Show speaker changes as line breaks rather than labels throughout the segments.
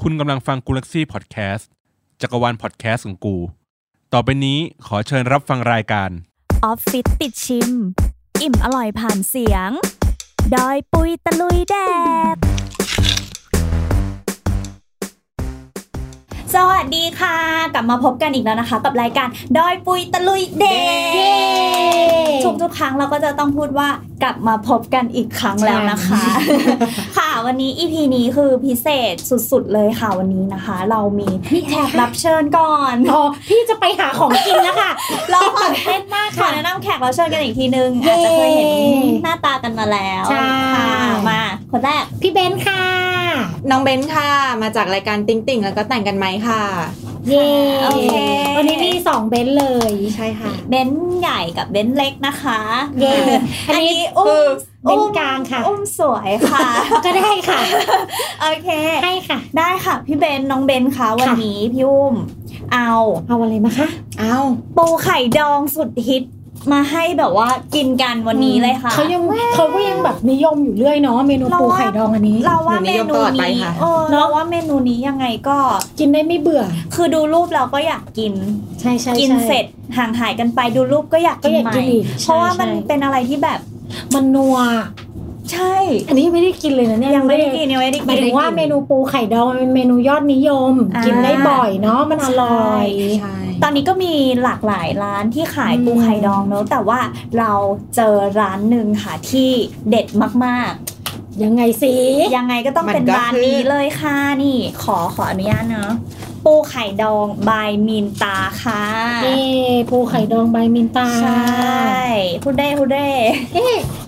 คุณกำลังฟังกูลักซี่พอดแคสต์จักรวาลพอดแคสต์ของกู ต่อไปนี้ขอเชิญรับฟังรายการ
ออฟฟิศติดชิม อิ่มอร่อยผ่านเสียง ดอยปุยตะลุยแดด สวัสดีค่ะ กลับมาพบกันอีกแล้วนะคะ กับรายการดอยปุยตะลุยเดททุกทุกๆครั้งเราก็จะต้องพูดว่ากลับมาพบกันอีกครั้งแล้วนะคะ ค่ะวันนี้ EP นี้คือพิเศษสุดๆเลยค่ะวันนี้นะคะ เรามีแขกรับเชิญก่อน
อ๋อพี่จะไปหาของกินแล้วค่ะ
เราตื่นเต้นมากค่ะแนะนำแขกรับเชิญกันอีกทีนึง
เย้
อาจจะเคยเห็นหน้าตากันมาแล้ว
ใช่
ค่ะมา คนแรก
พี่เบนค่ะ
น้องเบนค่ะ มาจากรายการติ๊งติ่งแล้วก็แต่งกันไหมค่ะ
เย่
โอเค
วันนี้มีสองเบนเลย
ใช่ค่ะ
เบนซ์ใหญ่กับเบนซ์เล็กนะคะ
เย่
อั
อั
น
นนี้
นี้อุ้
คือ
ม
เบนกลางค่ะ
อุ้มสวยค่ะ
ก็ได้ค่ะ
โอเค
ให้ค่ะ
ได้ค่ะ พี่เบนซ์น้องเบนซ์คะวันนี้พี่อุ้มเอา
เอาอะไรมาคะ
เอา
ปูไข่ดองสุดฮิตมาให้แบบว่ากินกันวันนี้เลยค่ะ
เขายังเขาก็ยังแบบนิยมอยู่เรื่อยเนาะเมนู
เรา
ปู
ว่า
ไข่ดองอันนี้
เราว่าเมนู
หนูนิยมตลอดไป
นี้
ค่ะ
เออเราว่าเมนูนี้ยังไงก็
กินได้ไม่เบื่อ
คือดูรูปเราก็อยากกิน
ใช่ใช่
กิน
ใช่
เสร็จห่างหายกันไปดูรูปก็อยาก
ก็
กิน
อยาก
ใหม่
กินอีก
เพราะว่า
ใช่
มัน
ใช่
เป็นอะไรที่แบบ
มันนัว
ใช่
อันนี้ยังไม่ได้กินเลยนะเนี่ย
ยังไม่ได้กินยังไม่ได้
หมายถึ
กิน
งว่าเมนูปูไข่ดองมันเป็นเมนูยอดนิยม
อ่ากิ
กินได้บ่อยเนาะมันอร่อย
ใช่
ตอนนี้ก็มีหลากหลายร้านที่ขาย
อืม
ปูไข่ดองเนอะแต่ว่าเราเจอร้านหนึ่งค่ะที่เด็ดมาก
ยังไงสิ
ๆ ยังไงก็ต้อง
มัน
เป็นร้าน
ก็คือ
นี้เลยค่ะนี่ ขอขออนุญาตเนอะปูไข่ดองบายมีนตาค่ะ
เอ้ปูไข่ดองใบมินตา
ใช่พูดได้พูดได้
เอ้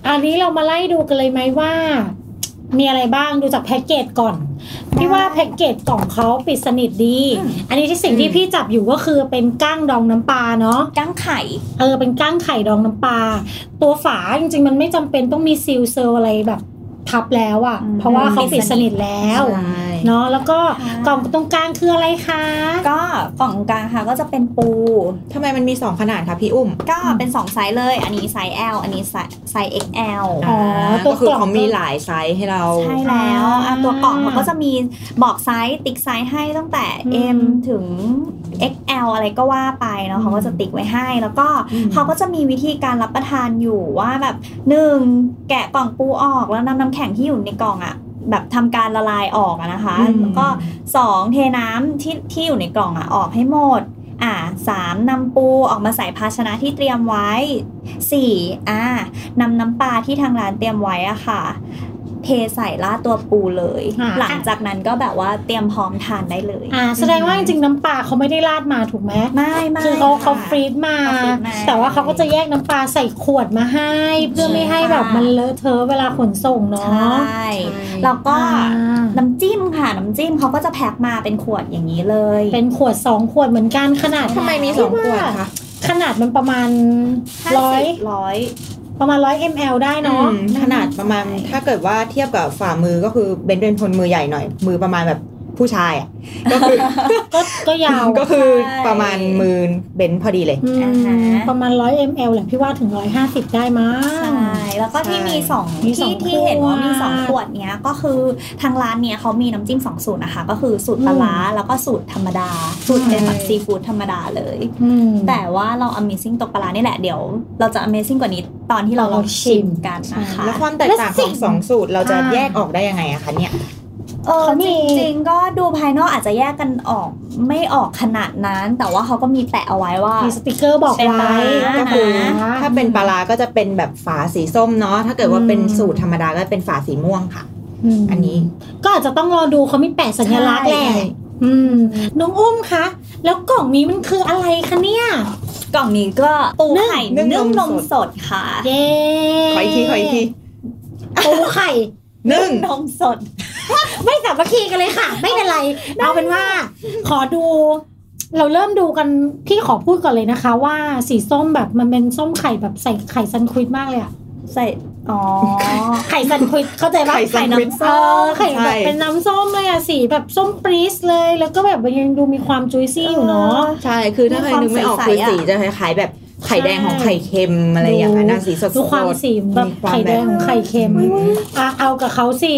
อันนี้เรามาไล่ดูกันเลยไหมว่า มีอะไรบ้างดูจากแพ็กเกจก่อน พี่ว่าแพ็กเกจกล่องเขาปิดสนิทดี
อืม
อันนี้ที่สิ่งที่พี่จับอยู่ก็คือเป็นก้างดองน้ำปลาเนาะ
กั้งไข่
เออเป็นก้างไข่ดองน้ำปลา ตัวฝาจริงๆ มันไม่จำเป็นต้องมีซีลเซลอะไรแบบทับแล้วอะ่ะ
อืม
เพราะว่าเขาปิดสนิทแล้ว
ใช่
เนาะ แล้วก็
ค่ะ
กล่องตรงกลางคืออะไรคะ
ก็กล่องกลางค่ะก็จะเป็นปู
ทำไมมันมีสองขนาดคะพี่อุ้ม
ก็เป็น 2 ไซส์เลย อันนี้ไซส์ L อันนี้ไซส์ไซส์ XL
าก็คือเขามีหลายไซส์ให้เรา
ใช่แล้วอ่ะตัวกล่องเขาก็จะมีบอกไซส์ติ๊กไซส์ให้ตั้งแต่ M ถึง XL อะไรก็ว่าไปเนาะเขาก็จะติ๊กไว้ให้ แล้วก็
อืม
เขาก็จะมีวิธีการรับประทานอยู่ว่าแบบหนึ่งแกะกล่องปูออกแล้วนำน้ำแข็งที่อยู่ในกล่องอะแบบทำการละลายออกอะนะคะ
อืม
แล้วก็สองเทน้ำที่ที่อยู่ในกล่องอะออกให้หมด อ่าสามนำปูออกมาใส่ภาชนะที่เตรียมไว้สี่อ่านำน้ำปลาที่ทางร้านเตรียมไว้อะค่ะ เทใส่ราดตัวปูเลย
า
หลังจากนั้นก็แบบว่าเตรียมพร้อมทานได้เลย
อ่า แสดงว่าจริงๆ น้ำปลาเขาไม่ได้ราดมาถูกไหม
ไม่ไม่
คือเขา
ะ
เขาฟรีดมา
เขาฟรีซมา
แต่ว่าเขาก็จะแยกน้ำปลาใส่ขวดมาให้ เพื่อไม่ให้
ใช่ค่ะ
แบบมันเลอะเทอะเวลาขนส่ง
ใช่
เนาะ
ใช่
แล้วก็
อ่า
น้ำจิ้มค่ะ น้ำจิ้มเขาก็จะแพ็คมาเป็นขวดอย่างนี้เลย
เป็นขวดสองขวดเหมือนกันขนาด
ทำไมมีสองขวดคะ
ขนาดมันประมาณ
50
ร้อย
ร้อย
ประมาณร้อย ml ได้
อื
เนาะ
มขนาดประมาณ ถ้าเกิดว่าเทียบกับฝ่ามือก็คือเบนเป็นคนมือใหญ่หน่อย มือประมาณแบบผู้ชายอะก็คือ
ก็ก็ยาว
ก็คือ
ใช่
ประมาณมือเบนพอดีเลย
อืม
อ่าฮะ
ประมาณร้อย ml แหละพี่ว่าถึงร้อยห้าสิบได้มั้
ใช
ง
่ แล้วก็ที่มีสอง
มีสอ
ที่
ง
ที่เห็นว่ามี
ขวด
สองขวดเนี้ยก็คือทางร้านเนี้ยเขามีน้ำจิ้มสองสูตรนะคะ ก็คือสูตร
อืม
ปลาร้าแล้วก็สูตรธรรมดา สูตรเป็นแบบซีฟู้ดธรรมดาเลย
อืม
แต่ว่าเรา Amazing ตกปลาร้านี่แหละเดี๋ยว เราจะ Amazing กว่านี้ตอนที่เราลองชิมกันนะคะ
แล้วความแตกต่างของสองสูตรเราจะแยกออกได้ยังไงอะคะเนี่ย
เออ
เขา
จ
มี
ริงๆก็ดูภายนอกอาจจะแยกกันออกไม่ออกขนาดนั้น แต่ว่าเขาก็มีแปะเอาไว้ว่า
มีสติกเกอร์บอก
เป็นป
ไว้
ลาร้า
ก็คือ
อ่า
ถ้าเป็นปลาร้าก็จะเป็นแบบฝาสีส้มเนาะถ้าเกิดว่าเป็น
อืม
สูตรธรรมดาก็เป็นฝาสีม่วงค่ะ
ม
อันนี้
ก็อาจจะต้องรอดูเขามีแปะสัญลักษณ์แหละ
ใช่
อืมน้องอุ้มคะ แล้วกล่องนี้มันคืออะไรคะเนี่ย
กล่องนี้ก็ปูไข่
นึ่ง
นึ่งน
น
ม
ม
สดค่ะ
เย้
ขออีกทีขออีกที
ปูไข่
หนึ่ง
นมสด
ไม่สามัคคีกันเลยค่ะ ไม่ เป็นไร เอาเป็นว่า ขอดู เราเริ่มดูกันพี่ขอพูดก่อนเลยนะคะ ว่าสีส้มแบบมันเป็นส้มไข่แบบใส่ไข่ซันควิดมากเลยอะ
ใส่ อ๋อ
ไข่ซันควิดเข้าใจปะ
ไข่ซันควิด
เออไข่
ใช่
แบบเป็นน้ำส้มเลยอะสีแบบส้มปรีสเลย แล้วก็แบบยังดูมีความจุยซี่อยู่เนาะ
ใช่คือถ้าใครนึกไม่ออก
ความใสๆอะ
คือสีจะคล้ายๆแบบไข่แดง
ใช่
ของไข่เค็มอะไรอย่างนั้นนะ
ดู
สีสดๆ
ดูความสีแบบ
มีความ
ไข่แดงของไข่เค็ม
อืม
อ่ะเอากับเขาสิ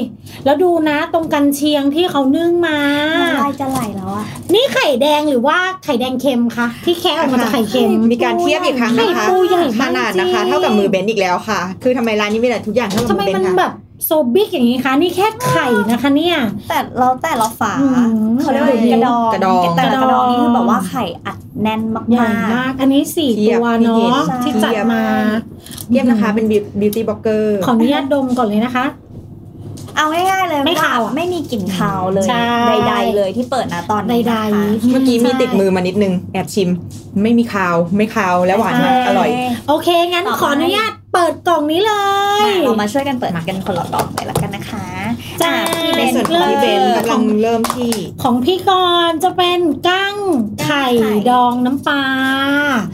แล้วดูนะตรงกันเชียงที่เขานึ่งมา
มัน
นี่ไข่แดงหรือว่าไข่แดงเค็มคะที่แคะออกมาจากไข่เค็ม
มีการเทียบอีกครั้งนะคะ
ไข่ปูใหญ่มาก
ขนาดนะคะ
จริง
เท่ากับมือเบนซ์อีกแล้วค่ะ คือทำไมร้านนี้มีแต่ทุกอย่างเท่ากับ
ทำ
มื
ไม
อเบน
มัน
ซ์
แบ
ค่ะ
บโซบิกอย่างนี้คะ นี่แค่ไข่นะคะเนี่ย
แต่เราแต่ละฝา
อืม
เขาเรียกว่ากระดอง
กระดอง
แต่ละกระดอง
กระดอง
นี่คือแบบว่าไข่อัดแน่นมาก
ใหญ่มาก อันนี้สี่
เทียบ
ตัวเนาะ
ที่
ที่
เห็น
จัดมา
เทียบนะคะเป็นบิวตี้บล็อกเกอร์
ขออนุญาตดมก่อนเลยนะคะ
เอาง่ายๆเลย
ไม่ขาวอะ
ไม่มีกลิ่นคาวเลย
ใช่
ใดๆเลยที่เปิดนะตอน
ใ
นี้
ด
นะคะ
ๆ
เมื่อกี้มีติดมื
อ
อมานิดนึง แอบชิม ไม่มีคาว ไม่คาวและหวานมาก
ใช่
อร่อย
โอเค งั้น
ต่อไป
ขออนุญาตเปิดกล่องนี้เลย
มาเรามาช่วยกันเปิดกันคนละกล่องเลยละกันนะคะ
จ้า
อ่ะพี่เบนซ์
ในส่วนของพี่เบนซ์
ริ่ม
กำลังเริ่มที่
ของพี่กรณ์จะเป็นกั้งไข่
ไข่
ดองน้ำปลา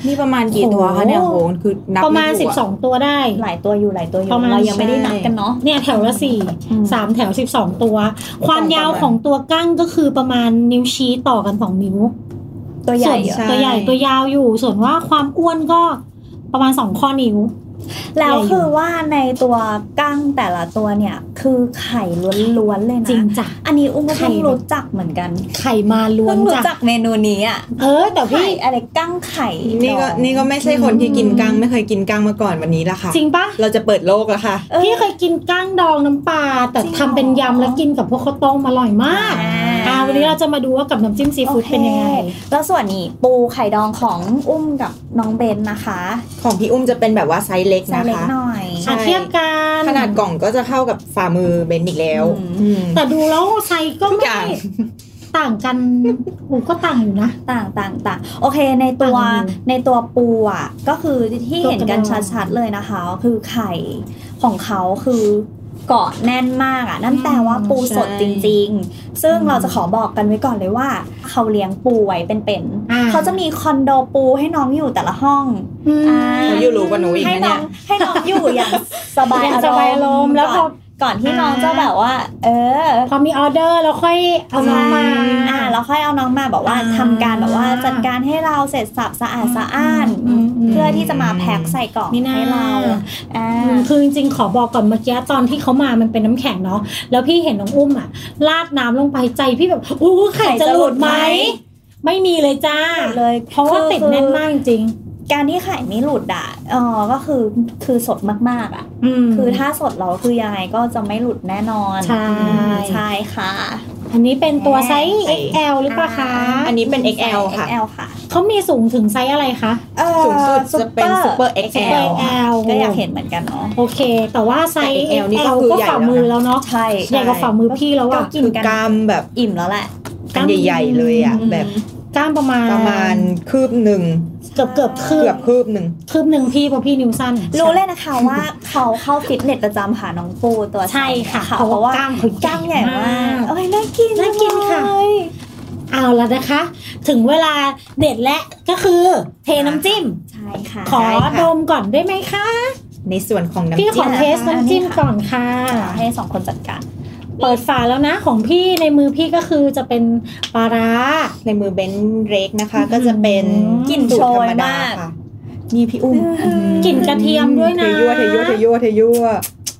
นี่ประมาณกี่ตัวคะเนี่ยโอ้โหคือนับ
ประมาณ
ไถูกอะ
12 ตัวได้
หลายตัวอยู่หลายตัวอยู่
ประมาณ
เรายังไม่ได้นับกันเนาะ
เนี่ยแถวละสี่
อืม
สามแถวสิบสองตัว ความยาวของตัวกั้งก็คือประมาณนิ้วชี้ต่อกันสองนิ้ว
ตัวใหญ่อะ
ส่วนใช่
ตัวใหญ่ตัวยาวอยู่ ส่วนว่าความอ้วนก็ประมาณสองข้อนิ้ว
แล้วคือว่าในตัวกั้งแต่ละตัวเนี่ยคือไข่ล้วนๆเลยนะ
จริงจ้ะ
อันนี้อุ้มก็
ไข่
เพิ่งรู้จักเหมือนกัน
ไข่มาล้วน
เพิ่งรู้
จ้ะ
จักเมนูนี้อ่ะ
เออ แต่พี่
ไข่อะไรกั้งไข่
นี่ก็
ดอง
นี่ก็ไม่ใช่คนที่กินกั้งไม่เคยกินกั้งมาก่อนวันนี้ละค่ะ
จริงปะ
เราจะเปิดโลกแล้วค่ะ
ออ
พี่เคยกินกั้งดองน้ำปลาแต่
จริงเหรอ
ทำเป็นยำแล้วกินกับพวกข้าวต้มอร่อยมาก
อ่า
อ่าวันนี้เราจะมาดูว่ากับน้ำจิ้มซีฟู้ด
โอค
เป็นยังไง
แล้วส่วนนี้ปูไข่ดองของอุ้มกับน้องเบนนะคะ
ของพี่อุ้มจะเป็นแบบว่าไซส์เล็ก
ไซ
นะ
ส์เล็ก
คะ
หน่อย
ใช่
อ่ะเทียบกัน
ขนาดกล่องก็จะเข้ากับฝ่ามือเบนซ์อีกแล้ว
อืม
อืม
แต่ดูแล้วไซส์ก็
ทุก
ไม่
อย่าง
ต่างกันโอ้ก็ต่างอยู่นะ
ต่างต่างต่างโอเคในตัว
ต่างอยู่
ในตัวปูอ่ะก็คือที่เห็นกัน
ตัวกระดอง
ชัดๆเลยนะคะ คือไข่ของเขาคือเกาะแน่นมากอ่ะนั่น
อืม
แปลว่าปูสด
ใช่
จริง ๆ ซึ่ง
อืม
เราจะขอบอกกันไว้ก่อนเลยว่า เขาเลี้ยงปูไว้เป็น
อ่า
ๆเขาจะมีคอนโดปูให้น้องอยู่แต่ละห้อง
อืม
อ่า
เขาอยู่รู้กว่าหนูอีก
ให้
นะ
น้
เนี่
อง
ย
ให้น้องอยู่อย่างสบาย
อย่าง
อารมณ์
สบายอารมณ์แล้วพอ
ก่อนก่อนที่น้องจะแบบว่า เออ
พอมีออเดอร์แล้วค่อยเอาน้องมา
อ่าแล้วค่อยเอาน้องมาแบบว่า
อ่า
ทำการแบบว่าจัดการให้เราเสร็จสับสะอาดสะอ้าน
อืมอืม
เพื่อที่จะมาแพ็คใส่กล่อง
นี่นะ
ให้เราอ่า
อืมคือจริงๆ ขอบอกก่อนเมื่อกี้ตอนที่เขามามันเป็นน้ำแข็งเนาะแล้วพี่เห็นน้องอุ้มอ่ะลาดน้ำลงไปใจพี่แบบอู้ไข่จะหลุดไหม ไม่มีเลยจ้า
เลย
เพราะว่าติดแน่นมากจริง
การที่ไข่ไม่หลุดอ่ะเออก็คือคือสดมากๆอ่ะ
ๆม
คือถ้าสดเราคือยังไงก็จะไม่หลุดแน่นอน
ใช่
ใช่ค่ะ
อันนี้เป็นตัวไซส์
ใส่
XL หรือเปล่าคะ
อันนี้เป็น XL ค่ะ
XL ค่ะ
เขามีสูงถึงไซส์อะไรคะ
เอ่อ
สูงสุดจะเป็น
Super
Super XL
XL
ก็อยากเห็นเหมือนกันเนาะ
โอเค แต่ว่าไซส์
แต่ XL นี่ก็
XL
คือ
ก็
ใหญ่
ฝ่ามือแล้วเนาะ
ใช่
ใหญ่กว่าฝ่ามือพี่แล้ว
ก็
อ่ะ
กิน
คือ
กัน
กล้ามแบบ
อิ่มแล้วแหละ
อันใหญ่ ๆ เลยอ่ะ
อืม
แบบ
กล้ามประมาณ
ประมาณคืบหนึ่ง
เกือบเกือบคืบ
เกือบคืบหนึ่ง
คืบหนึ่งพี่เพราะพี่นิ้วสั้น
รู้เลยนะคะว่าเขาเข้าฟิตเนสประจำหาน้องปูตัว
ใช่ค่ะ
เพราะว่าก
ล้ามเขา
กล้ามใหญ่มาก
มาก
โอ้ยน่ากิน
น่ากิน
จั
ค่ะ
งเลย
เอาแล้วนะคะ ถึงเวลาเด็ดและก็คือ เทน้ำจิ้ม
ใช่ค่ะ
ขอ
ได้ค่ะ
ดมก่อนได้ไหมคะ
ในส่วนของน้ำ
พี่
จิ้
ขอ
ม
เทสน้ำจิ้มก่อนค่ะ
ให้สองคนจัดการ
เปิดฝาแล้วนะของพี่ในมือพี่ก็คือจะเป็นปลาร้า
ในมือเบนซ์เล็กนะคะ ก็จะเป็น
อืม
กลิ่นสูตรธรรมดาค่ะนี่พี่อุ้ม
กลิ่นกระเทียมด้วยนะ
เทยั่วเทยั่วเทยั่วเทยั่ว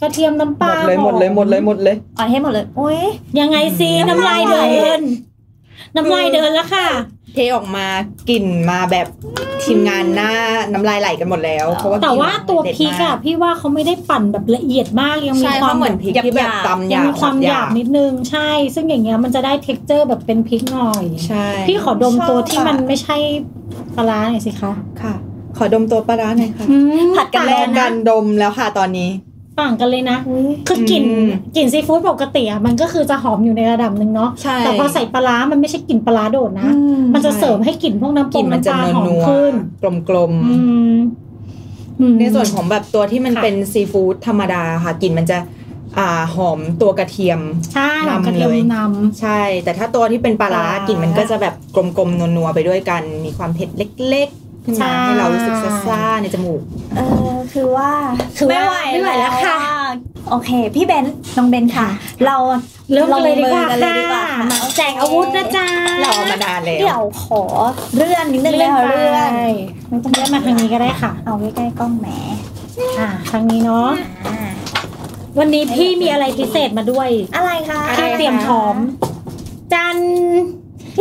กระเทียมน้ำป
หม
ลา
ดเลยหมดเลยหมดเลยหมดเลย
อ่อนให้หมดเลยโอ้ย
ยังไงซี
อืม
น้ำลายเดิน น้ำลายเดินแล้วค่ะ
เทออกมากลิ่นมาแบบทีมงานหน้าน้ำลายไหลกันหมดแล้ว เพราะว่า
แต่ว่าตัว
เด็ด
พริก
มา
อะพี่ว่าเขาไม่ได้ปั่นแบบละเอียดมากยังมี
ใช่
ความ
เขาะเหมือนพริกที่แบบตำห
ยั
ยาง บ
มีความหยาบนิดนึงใช่ ซึ่งอย่างเงี้ยมันจะได้เท็กเจอร์แบบเป็นพริกหน่อย
ใช่
พี่ขอดมตัวที่
ชอบอะ
มันไม่ใช่ปลาร้าหน่อยสิคะ
ค่ะ ขอดมตัวปลาร้าหน่อยค่ะ
ผัดกัน
ล
แล้
อ
ว
งกันดมแล้วค่ะตอนนี้
ต่างกันเลยนะ คือกลิ่น
อืม
กลิ่นซีฟู้ดปกติอะมันก็คือจะหอมอยู่ในระดับหนึ่งเนาะ
ใช่
แต่พอใส่ปลาร้ามันไม่ใช่กลิ่นปลาร้าโดดนะ มันจะเสริมให้กลิ่นพวกน้ำป
กลิ่น
ง
มัน
น้ำป
จะ
ลาน
ว
หอม
นัว
ขึ้น
กลม
อืม
ๆ
อืม
ในส่วนของแบบตัวที่มัน
ค่ะ
เป็นซีฟู้ดธรรมดาค่ะกลิ่นมันจะอ่าหอมตัวกระเทียม
ใช่หอมกระเทียม
นำเลย
น
ใช่ แต่ถ้าตัวที่เป็นปลาร้า
ปลาร้าก
ลิ่นมันก็จะแบบกลมๆนัวๆไปด้วยกัน มีความเผ็ดเล็กๆขึ้น
ใช่
มาให้เรารู้สึกซ่าๆในจมูก
เออคือว่า
คือว่า
ไม่
ไม่
ไห
ไห
ว
วแล้
แล้ว
ว
ค่ะ
ค่ะ
โอเค พี่เบนซ์น้องเบนซ์ค่ะ เรา
ำเริ่มกันเลยดีกว่า
ลงมือ
ค่ะมาแจกอาวุธนะจ๊ะ
เราเอามานานแล้ว
เดี๋ยวขอเลื่อนนิดนึงเลยค่ะ
ไป
เลื่อนไม่ต้อง
เลื่
เลื่อน นมาทางง
อมาทานี้
นี้
ก็ได้ค่ะ
เอาใกล้ๆกล้องแหม
อ่าทางนี้เนาะ
อ่า
วันนี้พี่มีอะไรพิเศษมาด้วย
อะไรคะ
อะไ
ข้าวเตรียมพร้อมจัน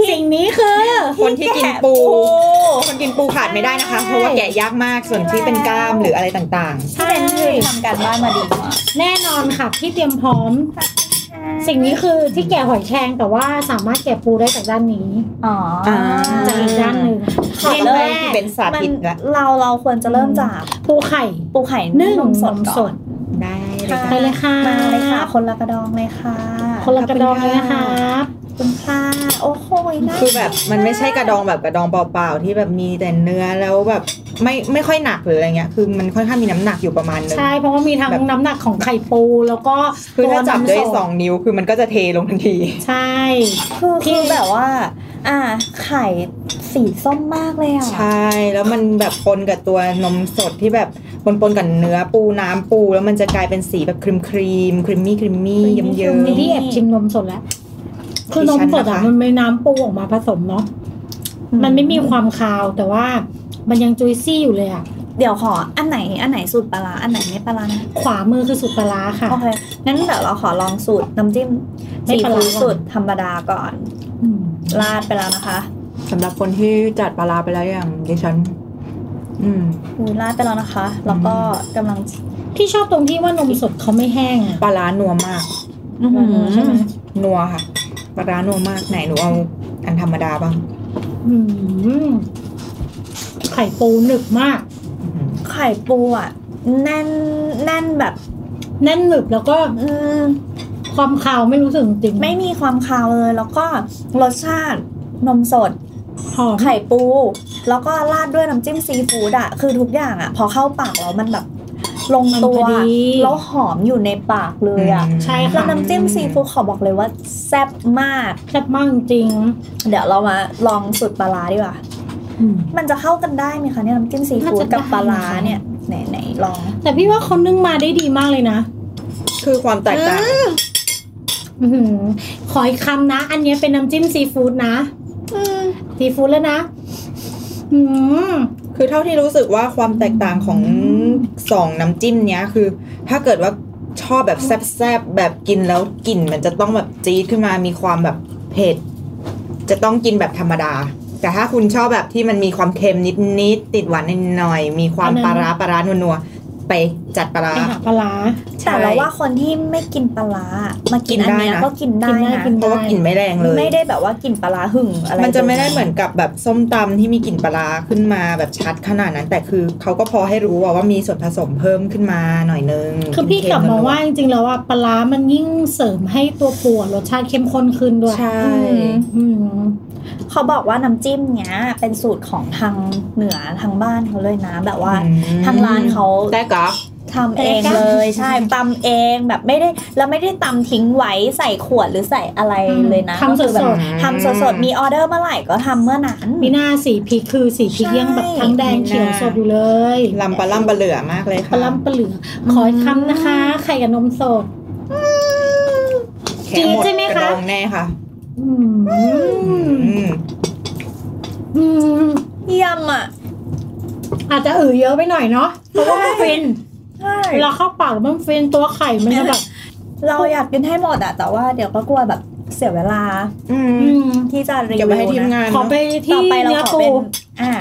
สิ่งนี้คือ
คนที่กินปู คนกินปูขาดไม่ได้นะคะ เพราะว่าแกะยากมากส่วนที่เป็นกล้ามหรืออะไรต่าง
ที่เป็นคือทำการบ้านมาดีมาก
แน่นอนค่ะที่เตรียมพร้อม สิ่งนี้คือที่แกะหอยแครงแต่ว่าสามารถแกะปูได้จากด้านนี้
อ๋อ
ๆ
อ
จากอีกด้านหนึ่ง
เรียน
แร
เลย
ก
ที่เป็นสา
มัน
ธิตละ
เราเราควรจะเริ่มจาก
ปูไข่
ปูไข่
นึ่ง
น
น
ม
ม
ส
ส
ด
ด
ก่อน
ได้เลย
ไป
ค่ะ
เลยค่ะ
มาเลยค่ะ คนละกระดองเลยค่ะ
คนละกระดองเลยนะคะ
ขอบคุณค่ะโอ้โหน่า
คือแบบมันไม่ใช่กระดองแบบกระดองเปล่าๆที่แบบมีแต่เนื้อแล้วแบบไม่ไม่ค่อยหนักหรืออะไรเงี้ยคือมันค่อนข้างมีน้ำหนักอยู่ประมาณนึง
ใช่เพราะว่ามีทั้ง
แบบ
น้ำหนักของไข่ปูแล้วก็
คือถ้าจับด้วย
ตัน้ำส
สองนิ้วคือมันก็จะเทลงทันที
ใช่
คือ
ที่
คือแบบว่า อ่า ไข่สีส้มมากเลยอ่ะ
ใช่แล้วมันแบบปนกับตัวนมสดที่แบบปนปนๆกับเนื้อปูน้ำปู แล้วมันจะกลายเป็นสีแบบครีมครีมครีมมี่ครีมมี่เยิ้มเยิ้ม
มีที่แอบชิมนมสดแล้ว คือนมสด
ดิ
อ่ะ
ฉันนะคะ
มันไม่น้ำปูออกมาผสมเนาะมันไม่มีความคาวแต่ว่ามันยังจุยซี่อยู่เลยอ่ะ
เดี๋ยวขออันไหนอันไหนสูตรปลาร้าอันไหนไม่ปลาร้านะ
ขวามือคือสุกปลาร้าค่ะ
โอเค งั้นเดี๋ยวเราขอลองสูตรน้ำจิ้ม
ไม่
ซี
ปลาร้า
ฟู้ดสูตรธรรมดาก่อน
อืม
ราดไปแล้วนะคะ
สำหรับคนที่จัดปลาร้าไปแล้วอย่างดิฉัน อืม
อุ้ยราดไปแล้วนะคะ แล้วก็กำลัง
ที่ชอบตรงที่ว่านมสดเขาไม่แห้งอ่ะ
ปลาร้านัวมาก
อื้อหือ
ใช่ไหม
นัวค่ะ ปลาร้านัวมากไหนหนูเอาอันธรรมดาบ้าง
อืมไข่ปูหนึบมาก
อื้อหือ
ไข่ปูอ่ะ แน่นแน่นแบบ
แน่นหนึบแล้วก็
อืม
ความคาวไม่รู้สึกจริงๆ
ไม่มีความคาวเลย แล้วก็รสชาตินมสด
หอม
ไข่ปู แล้วก็ราดด้วยน้ำจิ้มซีฟู้ดอ่ะ คือทุกอย่างอ่ะ พอเข้าปากแล้วมันแบบลง
มัน
ตั
พ
ว
อดี
แล้วหอมอยู่ในปากเลยอ่ะ
อืม
ใช่
แล้ว
ค่ะ
น้ำจิ้มซีฟู้ดขอบอกเลยว่าแซ่บมาก
แซ่บมากจริง
เดี๋ยวเรามาลองสูตรปลาร้าดีกว่า
ๆอืม
มันจะเข้ากันได้ไหมคะเนี่ยน้ำจิ้มซีฟู้ด
น่าจะ
กับปลาร้า
ได้นะคะ
เนี่ยไหนไหนลอง
แต่พี่ว่าเขานึ่งมาได้ดีมากเลยนะ
คือความแตกต่าง
อื้อหือขออีกคำนะ อันเนี้ยเป็นน้ำจิ้มซีฟู้ดนะซีฟู้ดแล้วนะ อืม
คือเท่าที่รู้สึกว่าความแตกต่างของสองน้ำจิ้มเนี้ยคือ ถ้าเกิดว่าชอบแบบแซ่บๆแบบกินแล้วกลิ่นมันจะต้องแบบจี๊ดขึ้นมามีความแบบเผ็ดจะต้องกินแบบธรรมดา แต่ถ้าคุณชอบแบบที่มันมีความเค็มนิดๆติดหวานหน่อยๆมีความปลาร้าปลาร้านัวๆไปจัดปลาร้า
ไปหาปลาร้า
ใช่
แต่เราว่าคนที่ไม่กินปลาร้ามากิน
กิน
อันเนี้ย
ได้นะ
ก็กินได้
กินได้
นะ
กิน
เพราะว่ากลิ่นไม่แรงเลย
ไม่ได้แบบว่ากินปลาร้าหึ่งอะไร
มันจะไม่ได้เหมือนกับแบบส้มตำที่มีกลิ่นปลาร้าขึ้นมาแบบชัดขนาดนั้น แต่คือเขาก็พอให้รู้ว่าว่ามีส่วนผสมเพิ่มขึ้นมาหน่อยนึง
คือพี่กลับมองว่าจริงๆแล้วว่าปลาร้ามันยิ่งเสริมให้ตัวปูอะรสชาติเข้มข้นขึ้นด้วย
ใช่
อืม
อืม
เขาบอกว่าน้ำจิ้มเนี้ย เป็นสูตรของทางเหนือทางบ้านเขาเลยนะ แบบว่า ทางร้านเขา
แต่ก็
ทำเองเลยใช่ตำเองแบบไม่ได้แล้วไม่ได้ตำทิ้งไว้ใส่ขวดหรือใส่อะไรเลยนะ
ทำส
ก็คือแบบ
ด
ทำสดๆมีออเดอร์เมื่อไหร่ก็ทำเมื่อนั้น
ๆมีหน้าสีพริกคือสีพริก
ใช่
ยังแบบทั้งแดง
มีหน้า
เขียวสดอยู่เลย
ลำปลาล่ำปลาเหลือมากเลย
ปลา
ค่ะ
ล้ำปลาเหลือขออีกคำนะคะ ไข่กับนมสด
แขน
จี๊
ห
ดใช่ไหม
กร
คะ
ดองแน่ค่ะ
อืม
อืม
อืม
เยี่ยมอ่ะ
อาจจะอือเยอะไปหน่อยเนาะเพราะว่ามันฟิน
ใช่
เราเข้าปากแล้วมันฟินตัวไข่มันจะแบบ
เราอยากกินให้หมดอ่ะแต่ว่าเดี๋ยวก็กลัวแบบเสียเวลา
อืม
อืม
ที่จะรี
เก็บไว้ให้ที
วิ
ม
วนะ
งาน
ขอไป
เนาะ
ที่
ต่อไปเรา
เนื้อ
ขอ
ปู
เป็นอ่า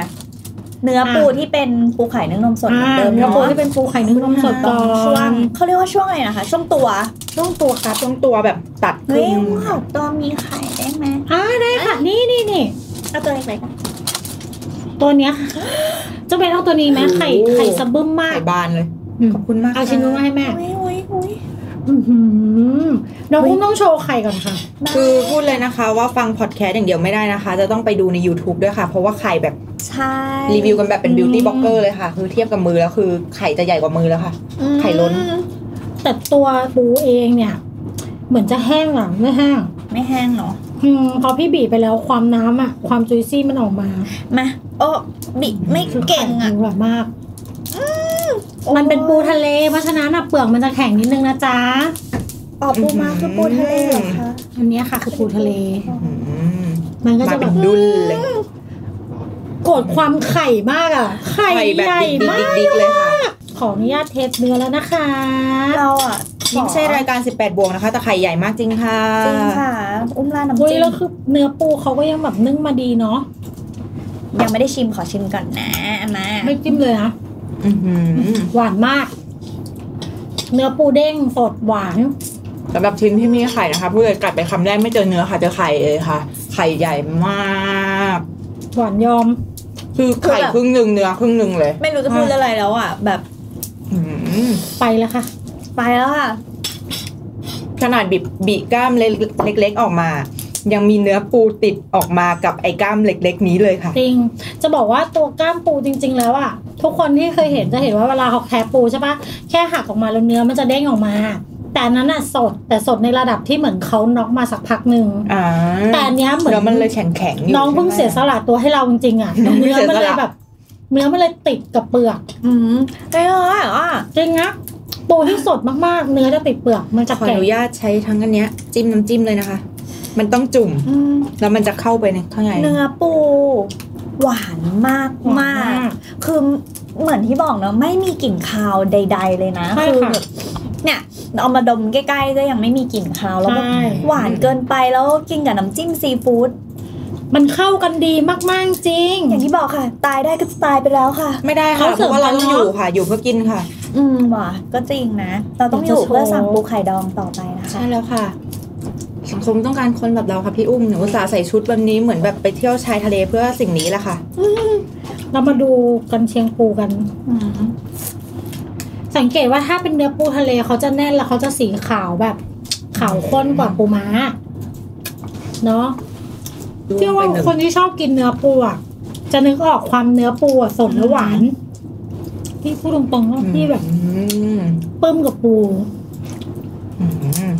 เนื้อปูที่เป็นปูไข่นึ่งนมสดเหมือน
อ่า
เดิม
เนื้อ
เนาะ
ปูที่เป็นปูไข่นึ่งนมสด
ต
ก่
อ
อน
ช่วง
น
เขาเรียกว่าช่วงอะไรนะคะ ช่วงตัว
ช่วงตัวครับ
ช่วงตัวแบบตัด
เฮ้
ขึ้
ย
น
ขอบตัวมีไข่ได้ไหม
อ่าได้ค่ะ นี่นี่นี่
เอาตัวเล็กๆอะ
ตัวเนี้ยค่ะเจะเป็นเอาตัวนี้ไหมไข่ไข่สะบึ้มมา
ไข่
ก
บานเลย
อืม
ขอบคุณมาก
เอาชิ้นนู้นมาให้แม่
อุ้ยอุ้ยอุ้ย
อื้อหือน้องอุ้มต้องโชว์ไข่ก่อนค่ะ
ได้
คือพูดเลยนะคะว่าฟังพอดแคสต์อย่างเดียวไม่ได้นะคะ จะต้องไปดูใน YouTube ด้วยค่ะ เพราะว่าไข่แบบ
ใช่
รีวิวกันแบบเป็น
อืม
บิวตี้บล็อกเกอร์เลยค่ะ คือเทียบกับมือแล้วคือไข่จะใหญ่กว่ามือแล้วค่ะ
อืม
ไข่ล้น
แต่ตัวปูเองเนี่ย เหมือนจะแห้งหรอไม่แห้ง
ไม่แห้งเนาะ
อืมพอพี่บีบไปแล้วความน้ำอ่ะ ความจุยซี่มันออกมา
มาโอ้บิไม่เก่งอ่ะ
ไข่หวานมาก มันเป็นปูทะเลเพราะฉะนั้นอะเปลือกมันจะแข็งนิดนึงนะจ๊ะ
อ๋อปูมาคือปูทะเลเหรอคะ
อันเนี้ยค่ะคือปูทะเล
อืม
มันก็
มา
จะแบ
เป็น
บ
ดุลเลย
กดความไข่มากอ่ะ ไข่
ไข่แบ
ใหญ่
บดิ๊ก
มา
ดิ๊
ก
กดิ๊กดิ๊กเลยค่ะ
ขออนุญาตเทสเนื้อแล้วนะคะ
เราอ่ะ
นี่ไม่ใช่รายการ 18 บวกนะคะ แต่ไข่ใหญ่มากจริงค่ะ
จริงค่ะ อุ้มล่าน้ำ
เฮ้ย
จิ้ม
แล้วคือเนื้อปูเขาก็ยังแบบนึ่งมาดีเนาะ
ยังไม่ได้ชิมขอชิมก่อนนะมา
ไม่จิ้มเลยนะ
อื้อหือ
หวานมาก เนื้อปูเด้งสดหวาน
สำหรับชิ้นที่มีไข่นะคะ ผู้เลยกัดไปคำแรกไม่เจอเนื้อค่ะเจอไข่เลยค่ะ ไข่ใหญ่มาก
หวานยอม
คือไข่ครึ่งหนึ่งเนื้อครึ่งหนึ่งเลย
ไม่รู้จะพูดอะไรแล้วอ่ะ แบบ
อื้อหือ
ไปแล้วค่ะ
ไปแล้วค่ะ
ขนาดบิบบีกล้ามเล็กๆออกมา ยังมีเนื้อปูติดออกมากับไอ้กล้ามเล็ก ๆ นี้เลยค่ะ
จริง จะบอกว่าตัวกล้ามปูจริง ๆ แล้วอะทุกคนที่เคยเห็นจะเห็นว่าเวลาเขาแคะปูใช่ปะแค่หักออกมาแล้วเนื้อมันจะเด้งออกมา แต่อันนั้นอะสดแต่สดในระดับที่เหมือนเขาน็อกมาสักพักหนึ่ง
อ่า
แต่อันเนี้ยเหมือน
เนื้อมันเลยแข็งแข็งๆยู่
น้องเพิ่งเสียส
ใช่ไหม
ละตัวให้เราจริงๆอะ
น้องเพิ่ง
เนื้อมัน
เสียส
เลย
ละ
แบบ เนื้อมันเลยติดกับเปลือก
อืมเอ้ยอ่ะ
จริงนะปูที่สดมากๆ เนื้อจะติดเปลือกมันจะ
ขออ
แก่
นุญาตใช้ทั้งอันเนี้ย จิ้มน้ำจิ้มเลยนะคะ มันต้องจุ่ม
อืม
แล้วมันจะเข้าไปในข้างใน
เนื้อปู หวานมาก
หวาน
มาก คือเหมือนที่บอกเนอะไม่มีกลิ่นคาวใด ๆ เลยนะ
ใช่
คือ
ค่ะ
แบบเนี่ยเอามาดมใกล้ๆก็ยังไม่มีกลิ่นคาวแล้วแบบ
ใช่
หวานเกินไปแล้วกินกับน้ำจิ้มซีฟู้ด
มันเข้ากันดีมากๆจริง
อย่างที่บอกค่ะ ตายได้ก็ตายไปแล้วค่ะ
ไม่ได้ค่ะ
เขา
เพ
เสิร์ฟ
ราะว่าเราต้อง
กัน
อ
เนอะ
ยู่ค่ะ อยู่เพื่อกินค่ะ
อืมว่ะก็จริงนะ เราต้องอยู่เพื่อสั่งปูไข่ดองต่อไปนะคะ
ใช่แล้วค่ะ สังคมต้องการคนแบบเราค่ะพี่อุ้มหนูอุตส่าห์ใส่ชุดวันนี้เหมือนแบบไปเที่ยวชายทะเลเพื่อสิ่งนี้แหละค่ะ
เรามาดูกันเชียงปูกัน
อืม
สังเกตว่าถ้าเป็นเนื้อปูทะเลเขาจะแน่นแล้วเขาจะสีขาวแบบขาวข้นกว่าปูม้าเนาะเชื่อว่าคนที่ชอบกินเนื้อปูอ่ะจะนึกออกความเนื้อปูอะสดและหวานพี่พูดตรงๆว่าพี่แบบ
อืม
ปลื้มกับปู
อืม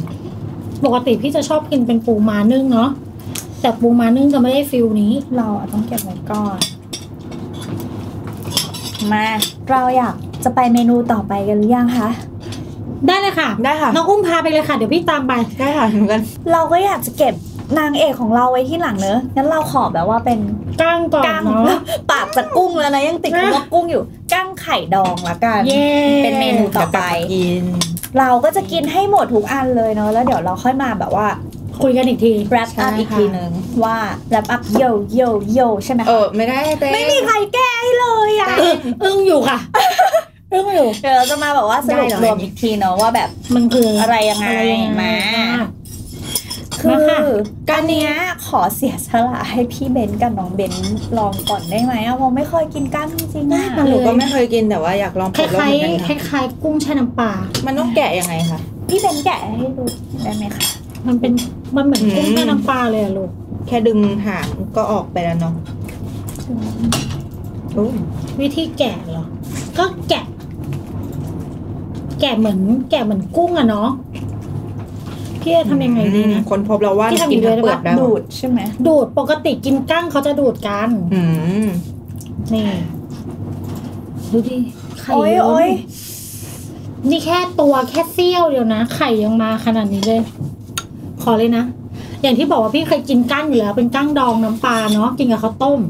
ปกติพี่จะชอบกินเป็นปูม้านึ่งเนาะแต่ปูม้านึ่งจะไม่ได้ฟิลนี้
เราอะต้องเก็บไว้ก่อนมาเราอยากจะไปเมนูต่อไปกันหรือยังคะ
ได้เลยค่ะ
ได้ค่ะ
น้องอุ้มพาไปเลยค่ะ เดี๋ยวพี่ตามไป
ได้ค่ะเหมือนกัน
เราก็อยากจะเก็บนางเอกของเราไว้ที่หลังเนอะ งั้นเราขอแบบว่าเป็น
ก้างก่อน
กั้ง
เนาะ
ปากจะกุ้งแล้วนะยังติดคำว่ากุ้งอยู่กั้งไข่ดองละกัน
เย้
เป็นเมนูต่อไป
กิน
เราก็จะกินให้หมดทุกอันเลยเนอะแล้วเดี๋ยวเราค่อยมาแบบว่า
คุยกันอีกที
wrap
ใช่
up
ค่ะ
อีกทีนึงว่า wrap up โยโยโยใช่ไหม
เอ
คะ
อ ไม่ได้เต้
ไม่มีใครแก้ให้เลยอ่ะ
อึ้งอึ้งอยู่ ค่ะอึ้งอยู่
เดี๋ยวเราจะมาแบบว่าสรุป
ได้เหรอ
รวมอีกทีเนอะว่าแบบ
มันคือ
อะไรยังไงมา คื
มา
อ
ค่ะ
การเนี้ยขอเสียสละให้พี่เบนกับน้องเบนลองก่อนได้ไหมอะเพราะไม่ค่อยกินกล้ามจริงๆอะ
ได้มา
หนูก็ไม่เคยกินแต่ว่าอยากลอง
ค
เปิ
ล้า
ดลอง
ย
เหมือนกันค่ะ
ๆคล้ายๆกุ้งแช่น้ำปลา
มันต้องแกะยังไงคะ
พี่เบนแกะให้ดูได้ไหมคะ
มันเป็นมันเหมือน
อืม
กุ้งแช่น้ำปลาเลยอะลูก
แค่ดึงหางก็ออกไปแล้วเนาะโอ้ย
วิธีแกะเหรอ ก็แกะ แกะเหมือน แกะเหมือนกุ้งอะเนาะ พี่จะทำยังไงดีนะ
คนพบเราว่า
ที่ทำ
กิน
อยู่
ทั้
ด้วย
งเปลือ
ปะ
กได้หม
ดู
ด
ดใช่ไหม
ดูดปกติกินกั้งเขาจะดูดกัน
อืม
นี่ ดูดิ ไข่
โอ้ย
เยอะ
โอ้ย
นี่แค่ตัวแค่เสี้ยวเดียวนะ ไข่ยังมาขนาดนี้เลย ขอเลยนะ อย่างที่บอกว่าพี่เคยกินกั้งอยู่แล้ว เป็นกั้งดองน้ำปลาเนาะ กินกับข้าวต้ม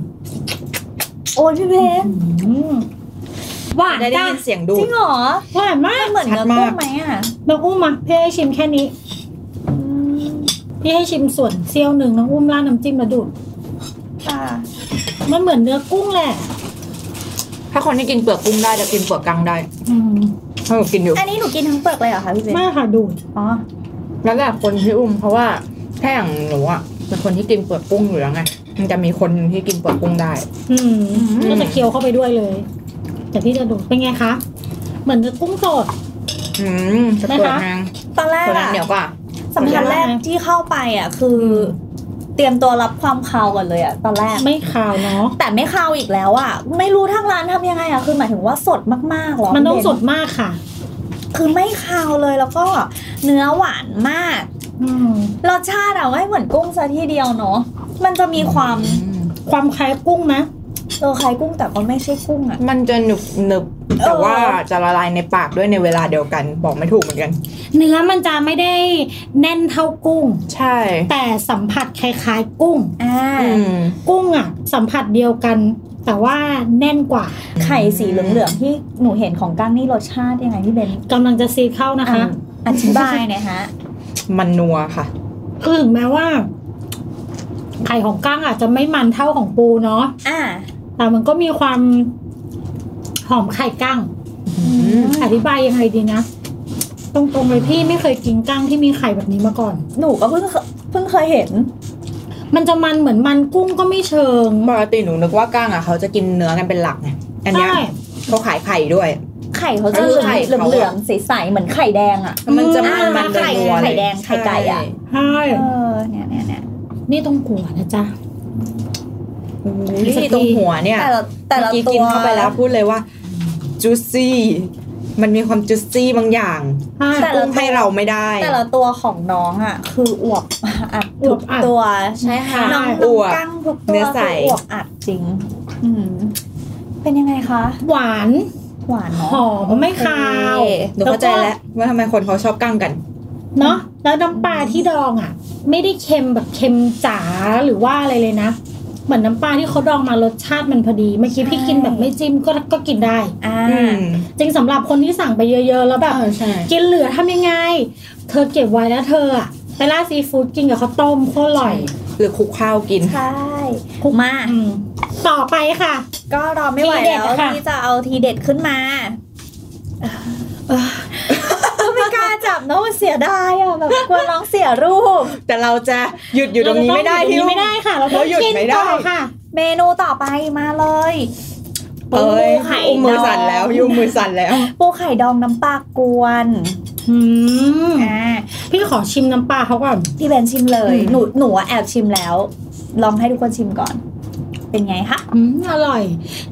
โอ้ยพี่เบน
อืมหวาน
ได้ได้
จ้ะ
ยินเสียงดู
จริ
ด
งเหรอ
หวานมาก
มันเหมือน
ชัด
เนื้อ
มาก
กุ้งไหมอ่ะ
น้องอุ้มมาพี่ให้ชิมแค่นี้
อืม
พี่ให้ชิมส่วนเซี่ยวหนึ่งน้องอุ้มราดน้ำจิ้มมาดูด
อ่ะ
มันเหมือนเนื้อกุ้งแหละ
ถ้าคนที่กินเปลือกกุ้งได้จะกินเปลือกกังได้
อืม
ถ้าหนูกินอยู่
อันนี้หนูกินทั้งเปลือกเลยเหรอคะพี่เบน
ไมาค่ะดูด
อ๋อ
แล้วแต่คนพี่อุ้มเพราะว่าถ้าอย่างหนูอ่ะเป็นคนที่กินเปลือกกุ้งอยู่แล้วไงมันจะมีคนที่กินเปลือกกุ้งได้
อืม
อืม
ก็จะเคี้ยวเข้าไปด้วยเลย แต่พี่จะดูดเป็นไงคะ เหมือนเนื้อกุ้งสด
อืมจะเปลือกนาง
ตอนแรก
เปลือกนาง
อะ
เหนียวกว่า
สำคัญแรกที่เข้าไปอ่ะคืออ
ม
เตรียมตัวรับความคาวก่อนเลยอ่ะตอนแรก
ไม่ขาวเนาะ
แต่ไม่คาวอีกแล้วอะไม่รู้ทางร้านทำยังไงอะคือหมายถึงว่าสดมากๆเหรอ
มันต้อง
คุณเบ
สดมากค่ะ
คือไม่คาวเลยแล้วก็เนื้อหวานมาก
อืม
รสชาติอะไม่เหมือนกุ้งซะทีเดียวเนาะมันจะมีความ
อืม
ความคล้ายกุ้งนะ
เออคล้ายกุ้งแต่ก็ไม่ใช่กุ้งอะ
มันจะหนึบหนึบ
เออ
แต่ว่าจะละลายในปากด้วยในเวลาเดียวกัน บอกไม่ถูกเหมือนกัน
เนื้อมันจะไม่ได้แน่นเท่ากุ้ง
ใช่
แต่สัมผัสคล้ายๆกุ้ง
อ่า
อืม
กุ้งอ่ะ สัมผัสเดียวกัน แต่ว่าแน่นกว่า
ไข่สีเหลืองๆที่หนูเห็นของกั้งนี่รสชาติยังไงพี่เบน
กำลังจะซีดเข้านะคะ
อ่า อธิบายหน่อยฮะ
มันนัวค่ะ
คือถึงแม้ว่า ไข่ของก้างอาจจะไม่มันเท่าของปูเนาะ
อ่า
แต่มันก็มีความหอมไข่ก้าง
ม
อธิบายยังไงดีนะตรงๆเลยพี่ไม่เคยกินก้างที่มีไข่แบบนี้มาก่อน
หนูก็เพิ่งเคเพิ่งเคยเห็น
มันจะมันเหมือนมันกุ้งก็ไม่เชิง
ปกติหนูนึกว่าก้างอ่ะเขาจะกินเนื้อกันเป็นหลักไงอันเนี้ย
ใช่
เขาขายไข่ด้วย
ไข่เขาจะเห
ไข่
ลือง
เขาอะ
เหลืองๆใสๆเหมือนไข่แดงอ่ะ
มันจะ
อืม
มันมัน
ไข่
นัวๆ
ไข่
เลย
แดงไข่ไก่อะ
ใช่
ใช่
เออเนี่ยเนี่ยเนี่ย
นี่ต้องกัวนะจ๊ะ
นี่ตรงหัวเนี่ย
แต่ละแต่ละ
เมื่อ
ตัว
กี้กินเข้าไปแล้วพูดเลยว่า juicy มันมีความ juicy บางอย่าง
ใช่
แต่
ปรุ
ละ
ง
ตั
ให้
ว
เราไม่ได้
แต่ละตัวของน้องอ่ะ คืออวบอัด
อวบอัด
ตัว
ใช่ค่ะ
น้อง
อวบ
กั้งทุกตัว
เนื้อใส
คืออวบอัดจริง อืม เป็นยังไงคะ
หวาน
หวาน
ห
เนาะ
อมไม่คาว
โอเคหนูเข้าใจแล้วว่าทำไมคนเขาชอบกั้งกัน
เนาะแล้วน้ำปลาที่ดองอ่ะ ไม่ได้เค็มแบบเค็มจ๋าหรือว่าอะไรเลยนะ เหมือนน้ำปลาที่เขาดองมารสชาติมันพอดี เมื่อกี้พี่กินแบบไม่จิ้มก็ก็กินได้
อ่า
อืม
จริงสำหรับคนที่สั่งไปเยอะๆ แล้วแบบ
เออใช่
กินเหลือทำยังไง เธอเก็บไว้แล้วเธออะไปล่าดซีฟู้ดกินกับข้าวต้มโคตรอร่อย
หรือคลุกข้าวกิน
ใช่มา
อืมต่อไปค่ะ
ก็รอไม่ไหว
ทีเด็
แล้ว
ดอะค่ะ
ที่จะเอาทีเด็ดขึ้นมา ไม่กล้าจับเนอะมันเสียดายอ่ะแบบกลัวน้องเสียรูป
แต่เราจะหยุดอยู่ตรงนี้ไม่ได้
เราจะต้องอยู่ตรงนี้
ที่
ไม่ได้ค่ะ เราต้อง
เราหยุด
กิน
ไม่ได้
ต่อค่ะ
เมนูต่อไปมาเลย
เอ้ยอุ้มมือสั่นแล้วยุ่มมือสั่นแล้ว
ปูไข่ดองน้ำปลากวน
อืม
อ่า
พี่ขอชิมน้ำปลาเขาก่อน
พี่เบนชิมเลย
อืม
หนูหนูอะแอบชิมแล้ว ลองให้ทุกคนชิมก่อน เป็นไงคะ
อืมอร่อย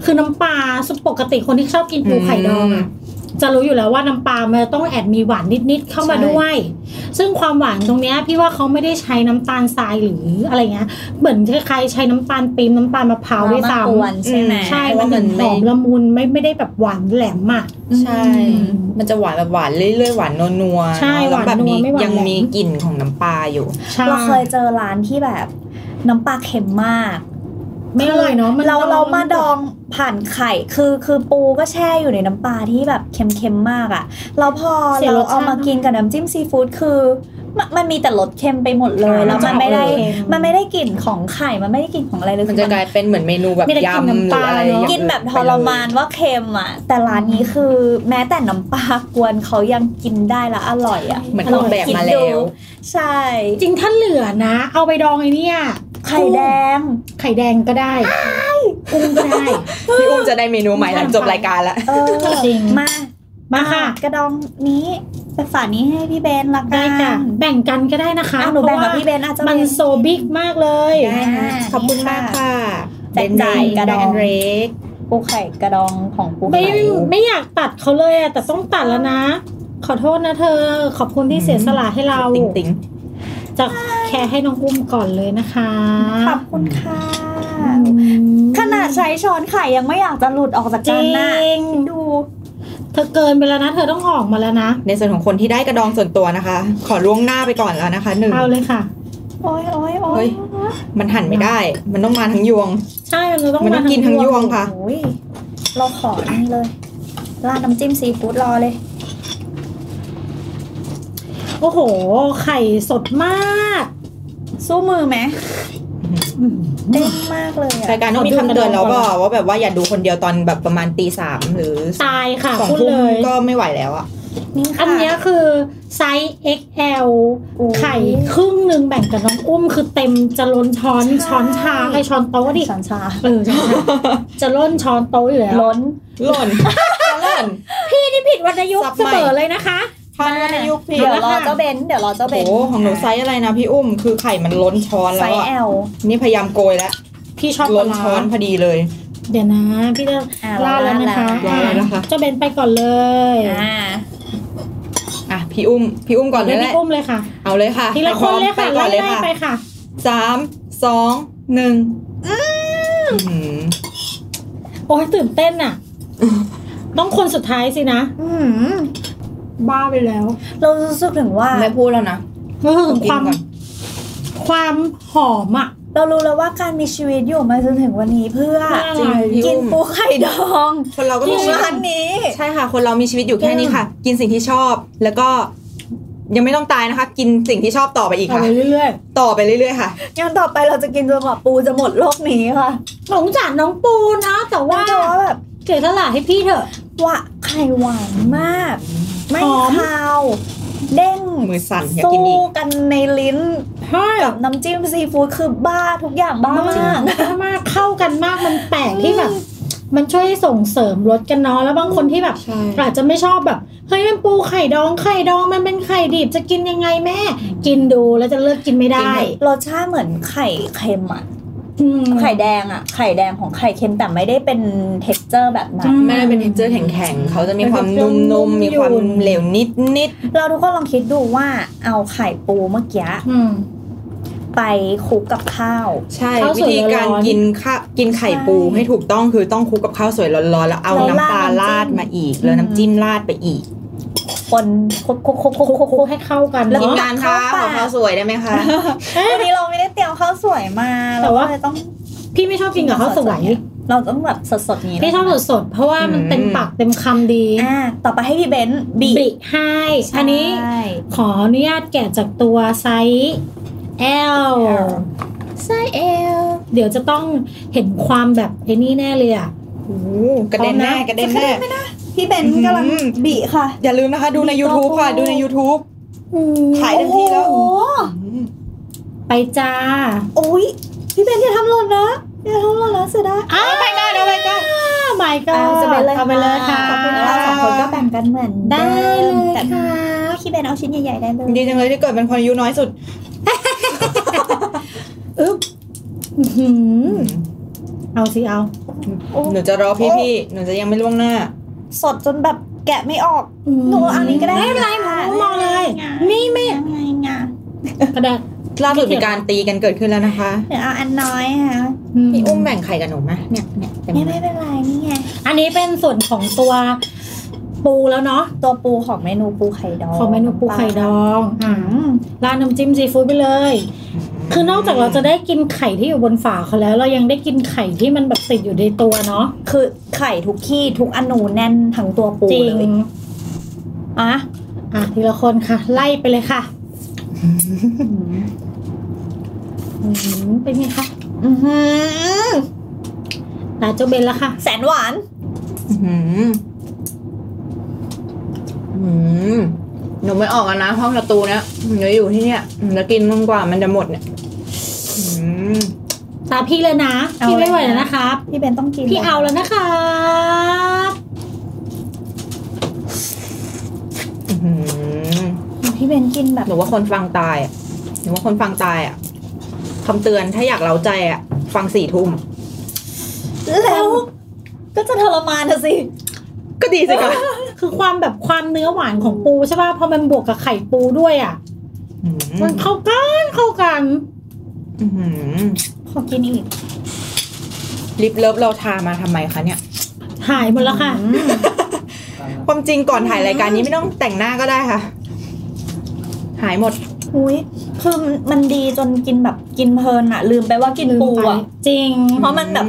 คือน้ำปลาปกติคนที่ชอบกินปูไข่ดองอ่ะ จะรู้อยู่แล้วว่าน้ำปลามันต้องแอบมีหวานนิดๆเข้ามา
ใช่
ด้วย ซึ่งความหวานตรงเนี้ยพี่ว่าเขาไม่ได้ใช้น้ำตาลทรายหรืออะไรเงี้ย เหมือนคล้ายๆใช้น้ำตาลปี๊บน้ำตาลมะพร้าวด้วยซ้
มะกวนใช่ไหม
ำใช่ มันถึงหอมละมุนไม่ไม่ได้แบบหวานแหลมอ่ะ
ใช่
อืม
มันจะหวานแบบหวานเรื่อยๆ หวานนัวๆ
ใช่
เอะแล้วแบ
ห
บ
วานนัว
นี้
ไม่หวาน
ยัง
แหลม
มีกลิ่นของน้ำปลาอยู่
ใช่
เราเคยเจอร้านที่แบบ น้ำปลาเค็มมาก
ไม่อร่อยเนาะมัน
เราเรามาดอง งผ่านไข่คือคือปูก็แช่อยู่ในน้ำปลาที่แบบเค็มๆมากอะ่ะแล้วพอ
เสีย
เรา
รสชาติ
เอามากินกับน้ำจิ้มซีฟู้ดคือมมันมีแต่รสเค็มไปหมดเลย
อ่า
แล้วมันไม่ได้
จะออกเค็ม
มันไม่ได้กลิ่นของไข่มันไม่ได้กลิ่นของอะไรเลย
มันจะกลายเป็นเหมือนเมนูแบบ
ไม่ได้กิน
ยำห
น้ำป
รื
ลา
ออะไร
เนอะ
อย่าง
กินแบบท
อื่
รมานว่าเค็มอะ่ะ แต่ร้านนี้คือแม้แต่น้ำปลากวนเขายังกินได้และอร่อยอะ่ะ
เหมือนออกแบบมาแล้ว
ใช่
จริงถ้าเหลือนะ เอาไปดองไอ้เนี่ย
ไข่แดง
ไข่แดงก็ได้กุ้งก็ได้
พี่อุ้มจะได้เมนูใหม่หลังจบรายการละ
เออ
จริง
มา
มา
มา
ค่ะ
กระดองนี้ไปฝากนี้ให้พี่เบนละกัน
ได้ค่ะแบ่งกันก็ได้นะคะ
อ่ะหนูแบ่งกับ
เพราะว่า
พี่เบนอาจจะ
มัน
แบ่ง
โซบิกมากเลย
ได้ค่ะ
ขอบคุณมากค่ะ
แจกจ่ายกระดอง
แเล็ก
ปูไข่กระดองของปู
ไม่
ไข่
ไม่อยากตัดเขาเลยอะแต่ต้องตัดแล้วนะ ขอโทษนะเธอ ขอบคุณที่
อืม
เสียสละให้เรา
ติ๊งติ๊ง
จะแคร์ให้น้องกุ้มก่อนเลยนะคะ
ขอบคุณค่ะ
อืม
ขนาดใช้ช้อนไข่ยังไม่อยากจะหลุดออกจาก
จ
จา
ริ
นหน้าง ดู
เธอเกินไปแล้วนะ เธอต้องออกมาแล้วนะ
ในส่วนของคนที่ได้กระดองส่วนตัวนะคะ ขอล่วงหน้าไปก่อนแล้วนะคะหนึ่ง
เอาเลยค่ะ
โอ้ยโอ้ยโอ้
เฮ้
ย
ย มันหั่นไม่ได้ มันต้องมาทั้งยวง
ใช่เราต้อง
มันต้องกินทั้งยวงค่ะ
โอ้ยเราขอนี่เลยราดน้ำจิ้มซีฟู้ดรอเลย
โอ้โห ไข่สดมาก
สู้มือไหม
อืม
เต้นมากเลย
รา
อ่ะ
ยการต้องมีคำเตือนแล้วก็ว่าแบบว่าอย่าดูคนเดียวตอนแบบประมาณตีสามหรือ
ตายค่ะ
สอง
พูด
ทุ่ม
เลย
ก็ไม่ไหวแล้วอ่ะ
นี่ค่ะ
อันเนี้ยคือไซส์ XL
โอ้ย
ไข่ครึ่งหนึ่งแบ่งกับน้องอุ้มคือเต็มจะล้นช้อน
ใช่
ช้อนชาไอช้อนโต๊ะดิ
สันชา
เออช้อนชาจะล้นช้อนโต๊ะอยู่แล้ว
ล้น
หล่นหล่น
นี่ผิดวรรณยุก
สั
ต์
บ
เส
ใหม่
มอเลยนะคะ
ทานในยุคพี่
เดี๋ยวรอ
แล้ว
เจ้าเบนซ์เดี๋ยวรอเจ้าเบ
โอ้
น
โหของหนูไซส์อะไรนะพี่อุ้มคือไข่มันล้นช้อน
ไซ
แล้ว
ส์
อ่ะ
แอล
นี่พยายามโกยแล้ว
พี่ชอบ
ล้น
ปลาร้า
ช้อนพอดีเลย
เดี๋ยวนะพี่จะ
อ่ะ
ลาดแล้วนะ
า
คะ
ด
ลาดแล้วนะคะ
เจ้าเบนไปก่อนเลย
แล้วอ่า
อ่ะพี่อุ้มพี่อุ้มก่อนเล
เดี๋ย
ยว แห
พี่
ละ
อุ้มเลยค่ะ
เอาเลยค่ะ
ทีละคนเลยค่ะ
ไปก่อนเลย
ไล่
ค่ะ
ๆไปค่ะ
สามสองหนึ่งอืม
โอ้ยตื่นเต้นอ่ะ ต้องคนสุดท้ายสินะ
อืม
บ้าไปแล้ว
เรารู้สึกถึงว่า
ไม่พูดแล้วนะ
ก็คือถึงความ
กินก่อน
ความหอมอ่ะ
เรารู้แล้วว่าการมีชีวิตอยู่มาจนถึงวันนี้เพื่อ
จริง
พี่
กิ
อุ้
น
ม
ปูไข่ดอง
คนเราก็
ข
มี
อง
ชีวิต
ร้านนี้
ใช่ค่ะ คนเรามีชีวิตอยู่แค่นี้ค่ะ กินสิ่งที่ชอบแล้วก็ ยังไม่ต้องตายนะคะ กินสิ่งที่ชอบต่อไปอีก
เอา
ค่ะ
ไปเรื่อย
ต่อไปเรื่อยๆค่ะ
งั้นต่อไปเราจะกินจนกว่าปูจะหมดโลกนี้ค่ะ
ๆสงสารน้องปูนะแต่ว่า
ว่าจะว่าแบบ
เสียสละให้พี่เถอะ
ว่าไข่หวานมาก ไม่
หอม
คาว เด้ง
มือสั่นอยากกิน
สู้
อีก
กันในลิ้น
ใช่
กับน้ำจิ้มซีฟู้ดคือบ้าทุกอย่างบ้ามาก
มากมากเข้ากันมากมันแปลกที่แบบ
อืม
มันช่วยส่งเสริมรสกันเนาะแล้วบางคนที่แบบ
ใช่
อาจจะไม่ชอบแบบเฮ้ยมันปูไข่ดองไข่ดองมันเป็นไข่ดิบจะกินยังไงแม่ กินดูแล้วจะเลิกกินไม่ได้
รสชาติเหมือนไข่เค็มอ่ะ
อืม
ไข่แดงอ่ะ ไข่แดงของไข่เค็มแต่ไม่ได้เป็นเท็กเจอร์แบบนั้น
อื
แม่เป็นเท็กเจอร์แข็งๆเขาจะมีความนุ่มๆ มีความเหลวนิด
เราทุกคนลองคิดดูว่าเอาไข่ปูเมื่อกี้
อืม
ไปคลุกกับข้าว
ๆ ใช่
ข้าวส
วิ
วย
ธีการ
ร้อนๆ
กินข้าวกินไข่ปู
ใช่
ให้ถูกต้องคือต้องคลุกกับข้าวสวยร้อนๆ แล้วเอา
แล้ว
น้ำปลารา
ราด
ด
น้ำจิ้ม
มาอีก แล้วน้ำจิ้มราดไปอีก
คนคลุกคลุกคลุกคลุกคลุกค
คลุ
ลุ
ก
ก
ให้เข้ากัน
แล้ว
เนาะ
งานคะ
เข้า
ข
ปาก
อข้าวสวยได้ไหมคะ
วันนี้เราไม่ได้เตรียมข้าวสวยมา
แต่
เรา
ว่า
ก็เลยต้อง
พี่ไม่ชอบกินกับข้าวสวย
เราต้องแบบสดๆนี้นะ
พี่ชอบสดๆเพราะว่ามันเต็มปากเต็มคำดี
อ่าต่อไปให้พี่เบนซ์บี
บิให้อันนี้
ใช่
ขออนุญาตแกะจากตัวไซส์ L
L
ไซส์ L เดี๋ยวจะต้องเห็นความแบบไอ้นี่แน่เลยอ่ะ
โอ้โหกระเด็นแน่กระเด็นแน่
พี่เบนซ์กำลัง
อื้อหือ
บีค่ะ
อย่าลืมนะคะ ดูใน YouTube ค่ะ ดูใน YouTube ขายเต็มที่แล้ว
โอ้โห
ไปจ้า
โอ้ยพี่เบนซ์อย่าทำหล่นนะอย่าทำหล่นนะเสียดาย
อ้าวไปกันเอาไปกันไม่ก็
อ่าจะเป็นเลย
เอาไปเลยค่ะ
ขอบคุณนะเราสองคนก็แบ่งกันเหมือน
ได้
ม
เลย
แต่
ค่ะ
พี่เบนซ์เอาชิ้นใหญ่ๆได้เลย
ดีจังเลยที่เกิดเป็นคนอายุน้อยสุด
อึ๊บอื้อหือเอาสิเอา
โอ้
หนูจะรอพี่พี่ๆหนูจะยังไม่ล่วงหน้า
สดจนแบบแกะไม่ออก หนูเอาอันนี้ก็ได้
ไม่เป็นไรห
ค่ะ
นูมองเลย
ได้
นี่ไม่
ยังไงงาก
ระดาษ
ล่าสุดมีการตีกันเกิดขึ้นแล้วนะคะ
เดี๋ยวเอาอันน้อยค่ะ
พี่อุ้มแบ่งไข่กับหนูไหมเนี่ยเนี่ยเต็ม
ไม่
เล
ไม่
ย
เป็นไรนี่ไง
อันนี้เป็นส่วนของตัวปูแล้วเนาะ
ตัวปูของเมนูปูไข่ดอง
ของเมนูปูไข่ดองอ่า
อืม
ร้านน้ำจิ้มซีฟู้ดไปเลย คือนอกจากเราจะได้กินไข่ที่อยู่บนฝาเขาแล้ว เรายังได้กินไข่ที่มันแบบติดอยู่ในตัวเนาะ
คือไข่ทุกขี้ทุกอนูแน่นทั้งตัวปู
จริง
เลยอ่ะ
อ่ะทีละคนค่ะ ไล่ไปเลยค่ะอืมเป็นไงคะ
อื้อหือ
ตาเจ้าเบนแล้วค่ะ
แสนหวาน
อืมอืมหนูไม่ออกแล้วนะห้องประตูเนะหนูจะอยู่ที่เนี่ยหนูจะกินมันกว่ามันจะหมดเนี่ยอืม
ตาพี่เลยนะพี่ไม่ไหวแล้วนะครับ
พี่เบนต้องกิน
พี่เอาแล้วนะครับ
อืม
พี่เบนกินแบบ
หนูว่าคนฟังตายอะหนูว่าคนฟังตายอ่ะคำเตือนถ้าอยากเล้าใจอ่ะ ฟังสี่ทุ่ม
แล้วก็จะทรมานนะสิ
ก็ดีสิคะ
คือความแบบความเนื้อหวานของปูใช่ป่ะพอมันบวกกับไข่ปูด้วยอ่ะ
อืม
มันเข้ากันเข้ากัน
อืม
ขอกินอีก
ลิปเลิฟเราทามาทำไมคะเนี่ย
หายหมดแล้วค่ะ
ความจริงก่อนถ่ายรายการนี้ไม่ต้องแต่งหน้าก็ได้ค่ะ หายหมด
อุ้ยคือมันดีจนกินแบบกินเพลินอะลืมไปว่ากินปูอะ
จริง
เพราะมันแบบ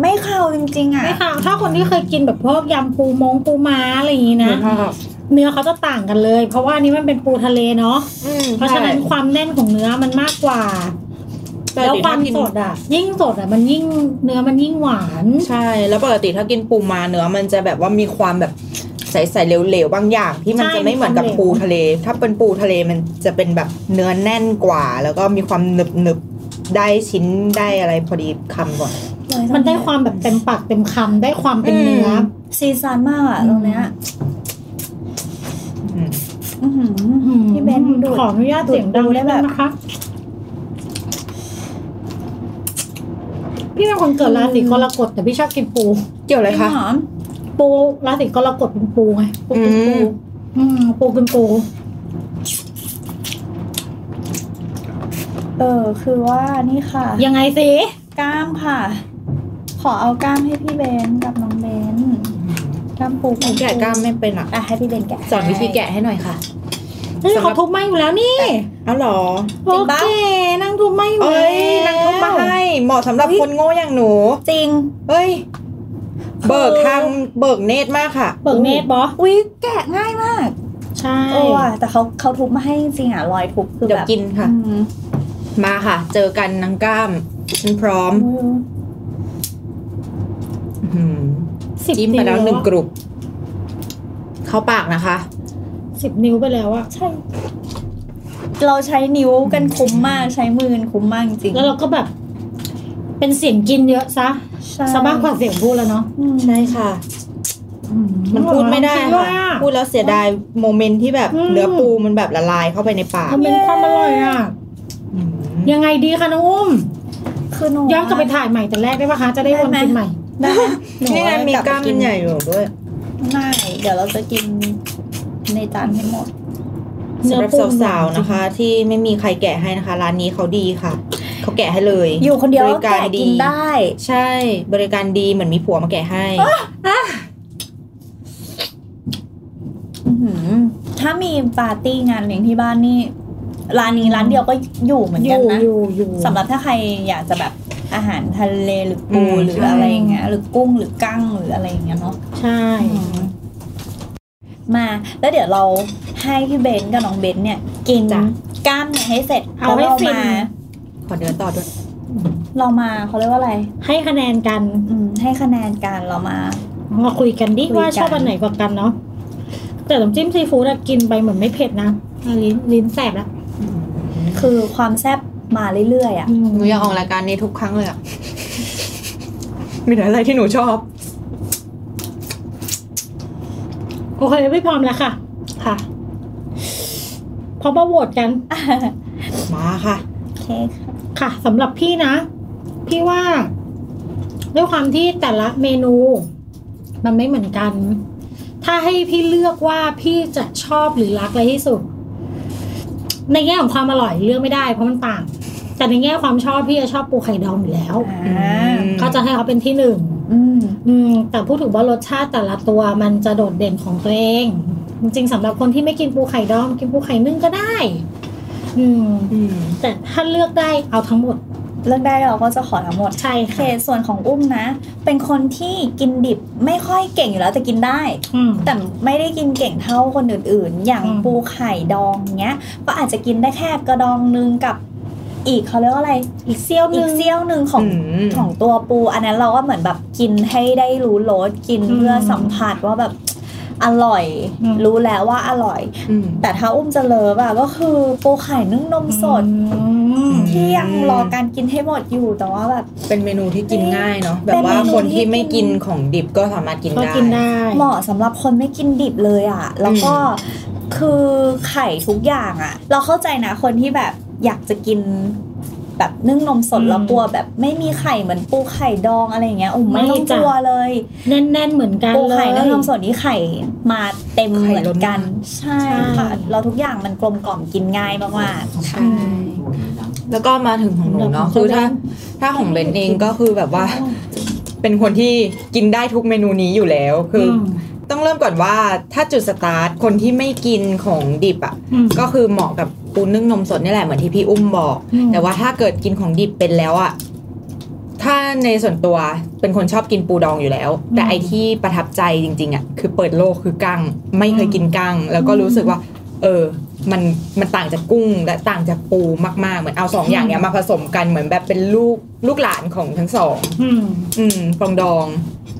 ไม่คาวจริงๆอะ
ไม่ค่ะถ้าคนที่เคยกินแบบพวกยำปูมงปูม้าอะไรอย่างนี้นะ เนื้อเขาจะต่างกันเลย เพราะว่าอันนี้มันเป็นปูทะเลเนาะ
อืม
เพราะฉะนั้นความแน่นของเนื้อมันมากกว่า
ใช่
แล้วความ
ปกติถ้กิน
สดอ่ะ ยิ่งสดอ่ะมันยิ่งเนื้อมันยิ่งหวาน
ใช่ แล้วปกติถ้ากินปูมาเนื้อมันจะแบบว่ามีความแบบใสๆเหลวๆบางอย่าง ที่มันจะไม่เหมือนกับปูทะเล ถ้าเป็นปูทะเลมันจะเป็นแบบเนื้อแน่นกว่า แล้วก็มีความหนึบๆได้ชิ้นได้อะไรพอดีคำก่อน
มันได้ความแบบเต็มปากเต็มคำได้ความเป็นเนื้อ
อืม
ซีซานมากอะตรงเนี้ย
อืม
อื้อหือ พี่เบนซ์ดูด
ขออนุญาตเสียงดัง
ดูดได้
ได้
แบ
แบบ บนะคะพี่เป็นคนเกิดราศีกรกฎแต่พี่ชอบกินปู
เกี่ยวอะไร
จริง
คะ
เหรอ
ปูราศีกรกฎเป็นปูไงปูกินปู
อืม
อืมปูกินปู
เออ คือว่านี่ค่ะ
ยังไงสิ
กล้ามค่ะ ขอเอากล้ามให้พี่เบนกับน้องเบนกล้ามปู
แกะกล้ามไม่เป็นอ่ะ
อ่ะให้พี่เบนแกะ
สอนวิธีแกะให้หน่อยค่ะ
เฮ้ย
สำหรับ
เขาทุบไม้อยู่แล้วนี่
เอาเหรอ
โอเคนั่งทุบไม้อยู่
เอ้
แล้
ยว นางทุบมาให้เหมาะสำหรับคนโง่อย่างหนู
จริง
เฮ้ย เบิกทาง
คือ
เบิกเนตรมากค่ะ
เปิดเนตรบอส
อุ้ยแกะง่ายมาก
ใช่
โอ้ว่ะแต่เขาเขาทุบมาให้จริงๆอ่ะรอยทุบคือ
เดี๋ย
แบ
ว
บ
กินค่ะ
อืม
มาค่ะ เจอกันนางกล้ามฉันพร้อมอื้อหือ
สิบ
จิ้มไป
นิ้
แล้ววหนึ่งกรุบเข้าปากนะคะ
สิบนิ้วไปแล้วอะใช่
เราใช้นิ้วกันคุ้มมากใช้มือกันคุ้มมากจริง
แล้วเราก็แบบ เป็นเสียงกินเยอะซะ
ใช่
ซะมากกว่าเสียงพูดแล้วเนาะ
อืม
ใช่ค่ะ มันพูดไม่ได้
คิ
ค่ะ
ว่า
พูดแล้วเสียดายโมเมนต์ที่แบบ
อืม
เนื้อปูมันแบบละลายเข้าไปในปาก
มันเป็นความอร่อยอะ
อืม
ยังไงดีคะน้องอุ้ม
คือหนู
ย้อนกลับไปถ่ายใหม่แต่แรกได้ปะคะ จะได้วน
ได้ไหม
กิน
ได้ไหม
ใหม่
นี่ไงมีกล้ามมันใหญ่อยู่ด้วย
ไม่เดี๋ยวเราจะกินในจานให้หมด
เนื้อ
สำหรับ
ปู
สาวๆนะคะ ที่ไม่มีใครแกะให้นะคะ ร้านนี้เขาดีค่ะ เขาแกะให้เลย
อยู่คนเดียว
บริ
ก็
การ
แกะ
ดี
กินได้
ใช่ บริการดีเหมือนมีผัวมาแกะให้
อื้อหือถ้ามีปาร์ตี้งานเลี้ยงที่บ้านนี่ร้านนี้ร้านเดียวก็อยู่เหมือน
อ
กัน
ยู่
นะ
อยู่อยู่
สำหรับถ้าใครอยากจะแบบอาหารทะเลหรือปู
อืม
หรือ
ใช่
อะไรอย่างเงี้ยหรือกุ้งหรือกั้งหรืออะไรอย่างเงี้ยเนาะ
ใช่
มาแล้วเดี๋ยวเราให้พี่เบนซ์กับน้องเบนซ์เนี่ย กิน
จ้ะ
กล้ามเนี่ยให้เสร็จ
เอาให้
แล้ว
ฟิน
มา
ขอเดินต่อด้วย
เรามาเขาเรียกว่าอะไร
ให้คะแนนกัน
อืม ให้คะแนนกันเรามา
มาคุยกันดิ
คุยกัน
ว่าชอบอันไหนกว่ากันเนาะแต่น้ำจิ้มซีฟู้ดอะกินไปเหมือนไม่เผ็ดนะลิ้นลิ้นแสบแล้ว
คือความแซ่บมาเรื่อยๆอ่ะ
หนูอยากออกรายการนี้ทุกครั้งเลยอะ มีแต่อะไรที่หนูชอบ
โอเคไม่พร้อมแล้วค่ะ ค่ะพอมาโหวตกัน
มาค่ะ
โอเคค่ะ
ค่ะสำหรับพี่นะ พี่ว่า ด้วยความที่แต่ละเมนู มันไม่เหมือนกัน ถ้าให้พี่เลือกว่าพี่จะชอบหรือรักอะไรที่สุด ในแง่ของความอร่อยเลือกไม่ได้เพราะมันต่าง แต่ในแง่ความชอบพี่จะชอบปูไข่ดองอยู่แล้ว
อ่า
อืม
เขาจะให้เขาเป็นที่หนึ่ง
อืม
อืมแต่พูดถึงว่ารสชาติแต่ละตัวมันจะโดดเด่นของตัวเอง จริงๆสำหรับคนที่ไม่กินปูไข่ดอง กินปูไข่นึ่งก็ได้ อืม แต่ถ้าเลือกได้เอาทั้งหมด
เลือกได้เราก็จะขอทั้งหมด
ใช่
โอเค
ค่ะ
ส่วนของอุ้มนะ เป็นคนที่กินดิบไม่ค่อยเก่งอยู่แล้วแต่กินได้
อืม
แต่ไม่ได้กินเก่งเท่าคนอื่นๆ อย่าง
อืม
ปูไข่ดองเนี้ย ก็อาจจะกินได้แค่กระดองนึงกับ อีกเขาเรียกว่าอะไร
อีกเซี่ยวห
อี
นึ
ก
ง
เซี่ยวหนึ่งของ
ม
ของตัวปู อันนั้นเราก็เหมือนแบบกินให้ได้รู้รสกิน
อืม
เพื่อสัมผัสว่าแบบอร่อย
อืม
รู้แล้วว่าอร่อย
อืม
แต่ถ้าอุ้มจะเลิฟอะก็คือปูไข่นึ่งนมสด
อืม
ที่ยังรอการกินให้หมดอยู่แต่ว่าแบบ
เป็นเมนูที่กินง่ายเนาะแบ
เป็
บ
นเมนู
ว่าคน
ที่
ที่ไม่
กิ
กิ
น
นของดิบก็สามารถกิน
ก็
ได้
กินได้
เหมาะสำหรับคนไม่กินดิบเลยอะ่ะ แล้วก็คือไข่ทุกอย่างอะ่ะ เราเข้าใจนะคนที่แบบอยากจะกิน แบบนึ่งนมสด
อืม
แล้วกลัวแบบไม่มีไข่เหมือนปูไข่ดองอะไรอย่างเงี้ยโอ้
ไม่
ไม่ต้อง
จ้ะ
กลัวเลย
แน่นๆเหมือนกัน
ปู
เล
ไข่
ย
นึ่งนมสดนี่ไข่มาเต็ม
ไข่
เหมือน
ล้น
กัน ใช่ค่ะ
ใช่
เราทุกอย่างมันกลมกล่อมกินง่ายมากๆค่ะ
ใช่แล้วก็มาถึงของหนูเนาะคือถ้าถ้าของเบนเองก็คือแบบว่า เป็นคนที่กินได้ทุกเมนูนี้อยู่แล้ว คืออ
ม
ต้องเริ่มก่อนว่าถ้าจุดสตาร์ทคนที่ไม่กินของดิบอ่ะ
อืม
ก็คือเหมาะกับปูนึ่งนมสดนี่แหละเหมือนที่พี่อุ้มบอก
อืม
แต่ว่าถ้าเกิดกินของดิบเป็นแล้วอะถ้าในส่วนตัวเป็นคนชอบกินปูดองอยู่แล้ว แต่ไอที่ประทับใจจริงๆอะคือเปิดโลกคือกั้ง ไม่เคยกินกั้ง แล้วก็รู้สึกว่า เออ มันมันต่างจากกุ้งและต่างจากปูมากๆเหมือนเอาสองอย่างเนี้ยมาผสมกันเหมือนแบบเป็นลูกลูกหลานของทั้งสอง
อืม
อืมฟองดอง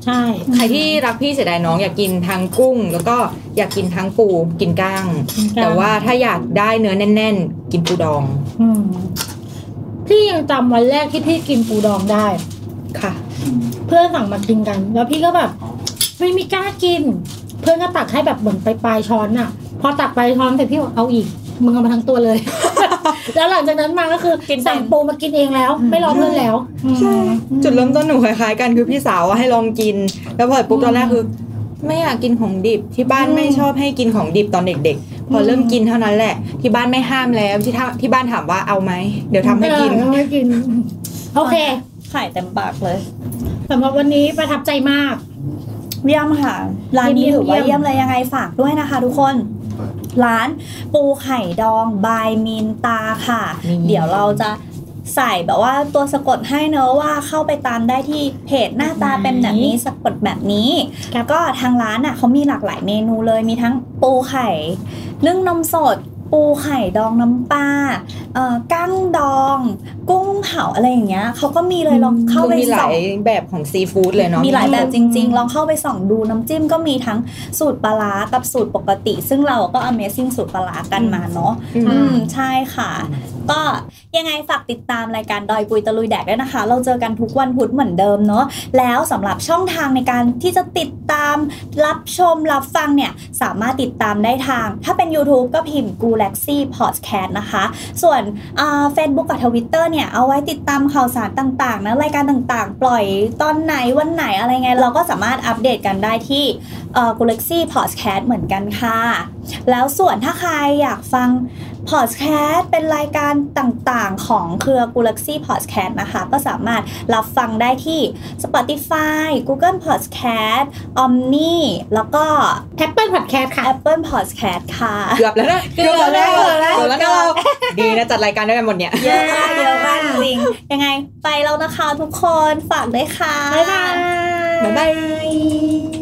ใช่
ใครที่รักพี่เสียดายน้องอยากกินทั้งกุ้ง แล้วก็อยากกินทั้งปูกินก้าง
กินก้าง
แต่ว่าถ้าอยากได้เนื้อแน่น ๆ กินปูดอง
อืมพี่ยังจำวันแรกที่พี่กินปูดองได้
ค่ะ
เพื่อนสั่งมากินกัน แล้วพี่ก็แบบไม่มีกล้ากิน เพื่อนก็ตักให้แบบเหมือนไปปลายช้อนอะพอตักไปลายช้อนแต่พี่บอกเอาอีกมึงเอามาทั้งตัวเลย แล้วหลังจากนั้นมาก็คือกินสั่งปูมากินเองแล้ว ไม่รอเพื่อนแล้วอื
ใช่
ม
จุดเริ่มต้นหนูคล้ายๆกันคือพี่สาวอะให้ลองกิน แล้วพอปุ๊บตอนแรกคือ ไม่อยากกินของดิบที่บ้าน
อืม
ไม่ชอบให้กินของดิบตอนเด็ก ๆ พออ
ม
เริ่มกินเท่านั้นแหละ ที่บ้านไม่ห้ามแล้วที่ถ้าที่บ้านถามว่าเอาไหมเดี๋ยวทำให้กิน
เออไม่กิน โอเค
ไข่เต็มปากเลย
สำหรับวันนี้ประทับใจมาก
เยี่ยมค่ะ ร้านนี้ถือว่าเยี่ยมเลยยังไงฝากด้วยนะคะทุกคน ร้านปูไข่ดองบายมีนตาค่ะ
มีน
เดี๋ยวเราจะ ใส่แบบว่าตัวสะกดให้เนอะว่าเข้าไปตามได้ที่เพจหน้าตาเป็นแบบนี้สะกดแบบนี้
ครับ
ก็ทางร้านอ่ะเขามีหลากหลายเมนูเลยมีทั้งปูไข่นึ่งนมสด ปูไข่ดองน้ำปลาเอ่อกั้งดอง กุ้งเผาอะไรอย่างเงี้ยเขาก็มีเลยลองเข้า
คือ
ไป
มีห
ส่
ลา
อยง
แบบของซีฟู้ดเลยเนาะ
มีหลายแบบจริงๆ ลองเข้าไปส่องดูน้ำจิ้มก็มีทั้งสูตรปลาร้ากับสูตรปกติ ซึ่งเราก็ Amazing สูตรปลาร้ากันมาเนาะ
อืม
อืมใช่ค่ะ ก็ยังไงฝากติดตามรายการดอยปุยตะลุยแดกด้วยนะคะ เราเจอกันทุกวันพุธเหมือนเดิมเนาะแล้วสำหรับช่องทางในการที่จะติดตามรับชมรับฟังเนี่ยสามารถติดตามได้ทาง ถ้าเป็น YouTube ก็พิมพ์ g u l a x y Podcast นะคะ ส่วนเฟซบุ๊กกับทวิตเตอร์เนี่ย เอาไว้ติดตามข่าวสารต่างๆนะรายการต่างๆ ปล่อยตอนไหนวันไหนอะไรไง เราก็สามารถอัปเดตกันได้ที่กู l ล็กซี่พอดแคสต์เหมือนกันค่ะ แล้วส่วนถ้าใครอยากฟังพอดแคสต์เป็นรายการต่างๆ ของเครือ g u l a x y Podcast นะคะ ก็สามารถรับฟังได้ที่ Spotify Google Podcast Omni แล้วก็
แอปเปิลพอดแคสต์ค่ะ
Apple Podcast ค่ะ
เกือบแล้วนะ
เกือบแล้ว
เกือบแล้ว
เกือบบ แล้
เกือแล้ว วเราดีนะจัดรายการด้วยกันหมดเนี่ย
เยอะมากเยอะมากจริงๆยังไงไปแล้วนะคะทุกคนฝากด้วยค่ะ
บ๊ายบาย
บ๊ายบาย